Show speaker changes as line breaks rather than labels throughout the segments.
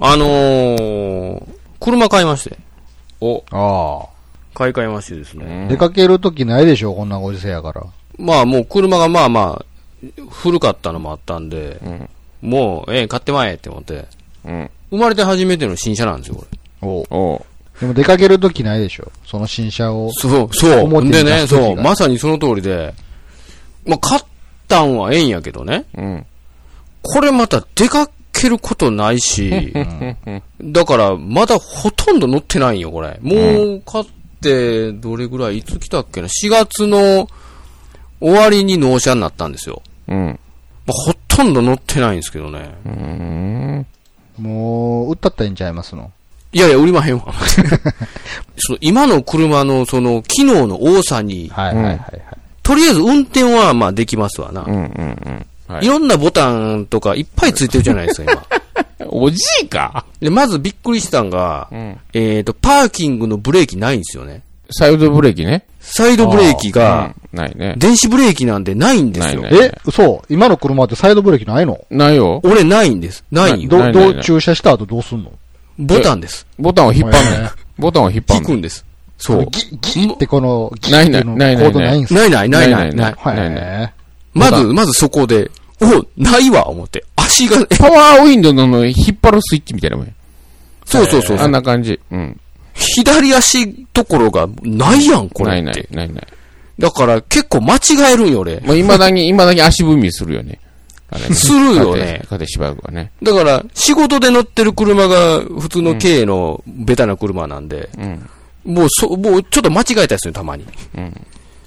あのー、車買いまして。
お、
あ
買い替えましてですね。
あ。出かけるときないでしょ、こんなご時世やから。
まあもう車がまあまあ、古かったのもあったんで、
うん
もう、ええ買ってまえって思って。
うん。
生まれて初めての新車なんですよ、これ。
おう
おう
でも出かけるときないでしょ、その新車を。
そう、そう。
表に
で
出
ね、
す時が
そう、まさにその通りで、まあ、買ったんはええんやけどね、
うん。
これまた出かけることないし、だからまだほとんど乗ってないんよ、これ。もう買って、どれぐらい、いつ来たっけな、4月の終わりに納車になったんですよ。
うん。
まあ、ほとんど乗ってないんですけどね。
うん。
もう、売ったったらいいんちゃいますの。
いやいや、売りまへんわ。その今の車のその機能の多さに、
はいはいはいはい。
とりあえず運転はまあできますわな。
うん。うん。はい
いろんなボタンとかいっぱいついてるじゃないですか、今。
おじいか
で、まずびっくりしたんが、
うん。
えっ、と、パーキングのブレーキないんですよね。
サイドブレーキね。
サイドブレーキが、
うんないね。
電子ブレーキなんてないんですよ。
ないね
え、嘘今の車ってサイドブレーキないの
ないよ。
俺ないんです。ないよ。
な
ど、
い
どう駐車した後どうすんの
ボタンです。
ボタンを引っ張ん
え
の
ー。
ボタンを引っ張
引
んの
く。んです。そう。
ギギってこの、ギ
な
っ
い
て
ないいう
のコ
ないない
ードないんすか
ないないないな
ないいな
ないい。
ないない
へえ
ま
ボ
ず、まずそこで、おないわ、思って。足 が、え
パワーウィンドウのあの引っ張るスイッチみたいなもんや。
そうそうそう
あんな感じ。うん。
左足ところがないやん、こ
な
れ
い
っ
ない
て。
ないない。
だから結構間違えるんよ、俺。
もう未だに、未だに足踏みするよね。あれね
するよね
かてしばらくはね。
だから、仕事で乗ってる車が普通の軽のベタな車なんで、
うん。
もうそ、もうちょっと間違えたりするよたまに。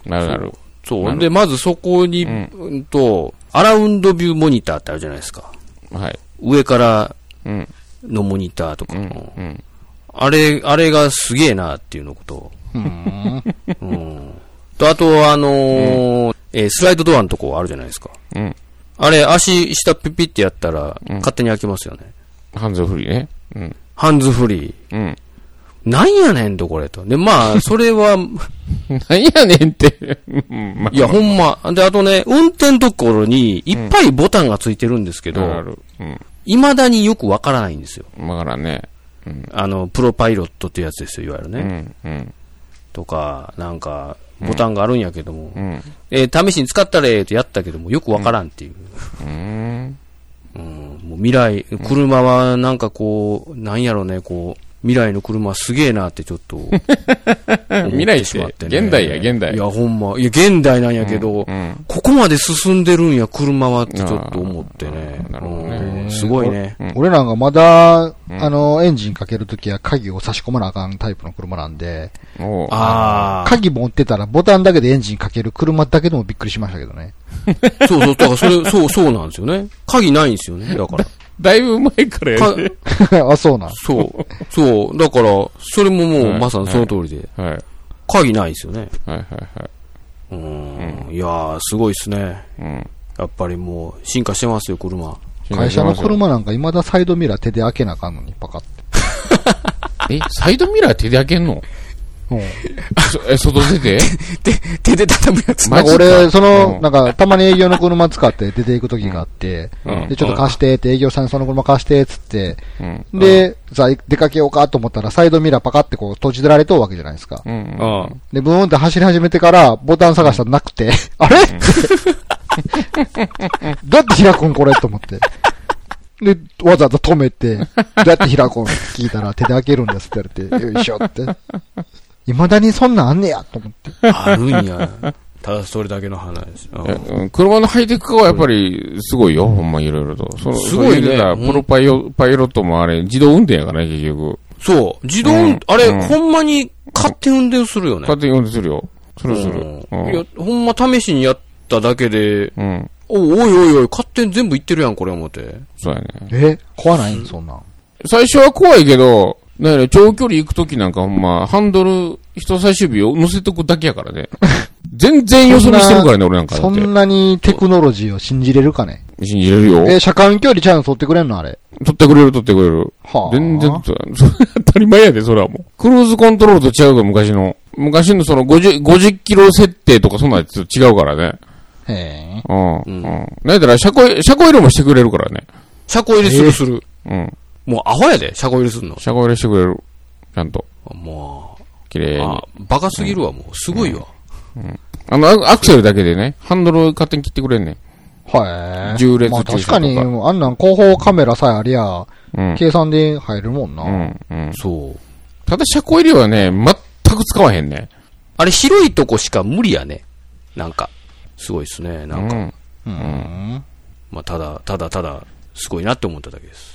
なるなる。
そ
な
う。
る
で、まずそこに、
う
うんん、と、アラウンドビューモニターってあるじゃないですか。
はい。
上から
うん。
のモニターとか
う
の、
ん。うん。
あれ、あれがすげえなっていうのこと。
うーん。
うん。と、あと、あのーえースライドドアのとこあるじゃないですか。
うん。
あれ、足下ピピってやったら、
うん
勝手に開きますよね。
ハンズフリーね。うん。
ハンズフリー。
うん。
なんやねんと、これと。で、まあ、それは、
なんやねんって。うんまあ
いや、ほんま。で、あとね、運転ところにいっぱいボタンがついてるんですけ
な
ど、
るなる。
未だによくわからないんですよ。
うん。わからんね。うん。
あの、プロパイロットっていうやつですよ、いわゆるね。
うん。うん。
とか、なんか、ボタンがあるんやけども、
うん。
えー試しに使ったれーとやったけども、よくわからんっていう。
うん。
うん、もう未来、車はなんかこう、なんやろね、こう、未来の車すげえなってちょっと思
未
っ
来ってて
しまってね、
現代や現代
いや、ほんま。いや、現代なんやけど、
うん。
ここまで進んでるんや、車はってちょっと思ってね
あー。なるほどね
うんすごいね。
うん
俺なんかまだ、あの、エンジンかけるときは鍵を差し込まなあかんタイプの車なんで、
おう
あ
鍵持ってたらボタンだけでエンジンかける車だけでもびっくりしましたけどね。
あ、そうそう、だからそれ、 そう、そうなんですよね。鍵ないんですよね、だから。
だいぶ前からや
か
るね。
あ、そうなん。
そう、そう、だから、それももう
はい
まさにその通りで、
はい。はい
鍵ないですよね。
はいは
うーん、いやー、すごいですね。
い。うん。
やっぱりもう、進化してますよ、車。
会社の車なんか未だサイドミラー手で開けなあかんのに、パカって。
え、サイドミラー手で開けんの
うん。
そえ、外出て
手で畳むやつ。
マジか
俺、その、
うん
なんか、たまに営業の車使って出て行く時があって、
うん
で、ちょっと貸してって、営業さんにその車貸してっつって、
うん。
で、さあ、出かけようかと思ったら、サイドミラーパカってこう閉じられとうわけじゃないですか。
うん。うん
あ
で、ブーンって走り始めてから、ボタン探したらなくて、あれ どうやって開くんこれと思って。で、わざわざ止めて、どうやって開くん聞いたら手で開けるんですって言われて、よいしょって。未だにそんなんあんねやと思って。
あ、あるんや。ただそれだけの話です。うん
えうん車のハイテク化はやっぱりすごいよ、ほんまいろいろと。その
すごいね
そううたらプロパイロパイロットもあれ、自動運転やからね、結局。
そう、自動
う
運
ん、
あれ、
うん
ほんまに勝手運転するよね。
勝手に運転するよ。するす
う
る
ん。
うん
いや、ほんま試しにやっただけで、
うん。
おおいおいおい、勝手に全部いってるやん、これ思って。
そうやね。
え怖ないんそんなん。
最初は怖いけど、なんやろ長距離行くときなんかほんま、ハンドル、人差し指を乗せとくだけやか らね。全然よそ見してるからね、俺なんかだ
そ
って
ん。なにテクノロジーを信じれるかね
信じれるよ。
え、車間距離ちゃんと取ってくれんのあれ。
取ってくれる、取ってくれる。
はあ。
全然、そそ当たり前やで、それはもう。クルーズコントロールと違うから、昔の。昔のその50、50キロ設定とかそんなやつと違うからね。
へえ。
うん。う。
うんん
なんやったら、車庫、車庫入れもしてくれるからね。
車庫入れするする。
うん。
もうアホやで、車庫入れすんの。
車庫入れしてくれる。ちゃんと。
も
綺麗
う、
に
あ。、バカすぎるわ、もう。すごいわ。
あの、アアクセルだけでね、ハンドル勝手に切ってくれんねん。
はい。
重列
まあ
駐
確
車とか
かに、あんなん後方カメラさえありゃ、
うん。
計算で入るもんな。
うん。うん。
そう。
ただ車庫入れはね、全く使わへんね。
あれ、広いとこしか無理やね。なんか、すごいですね。
う
なんか、
ん。
うん。
まあ、ただ、ただただ、すごいなって思っただけです。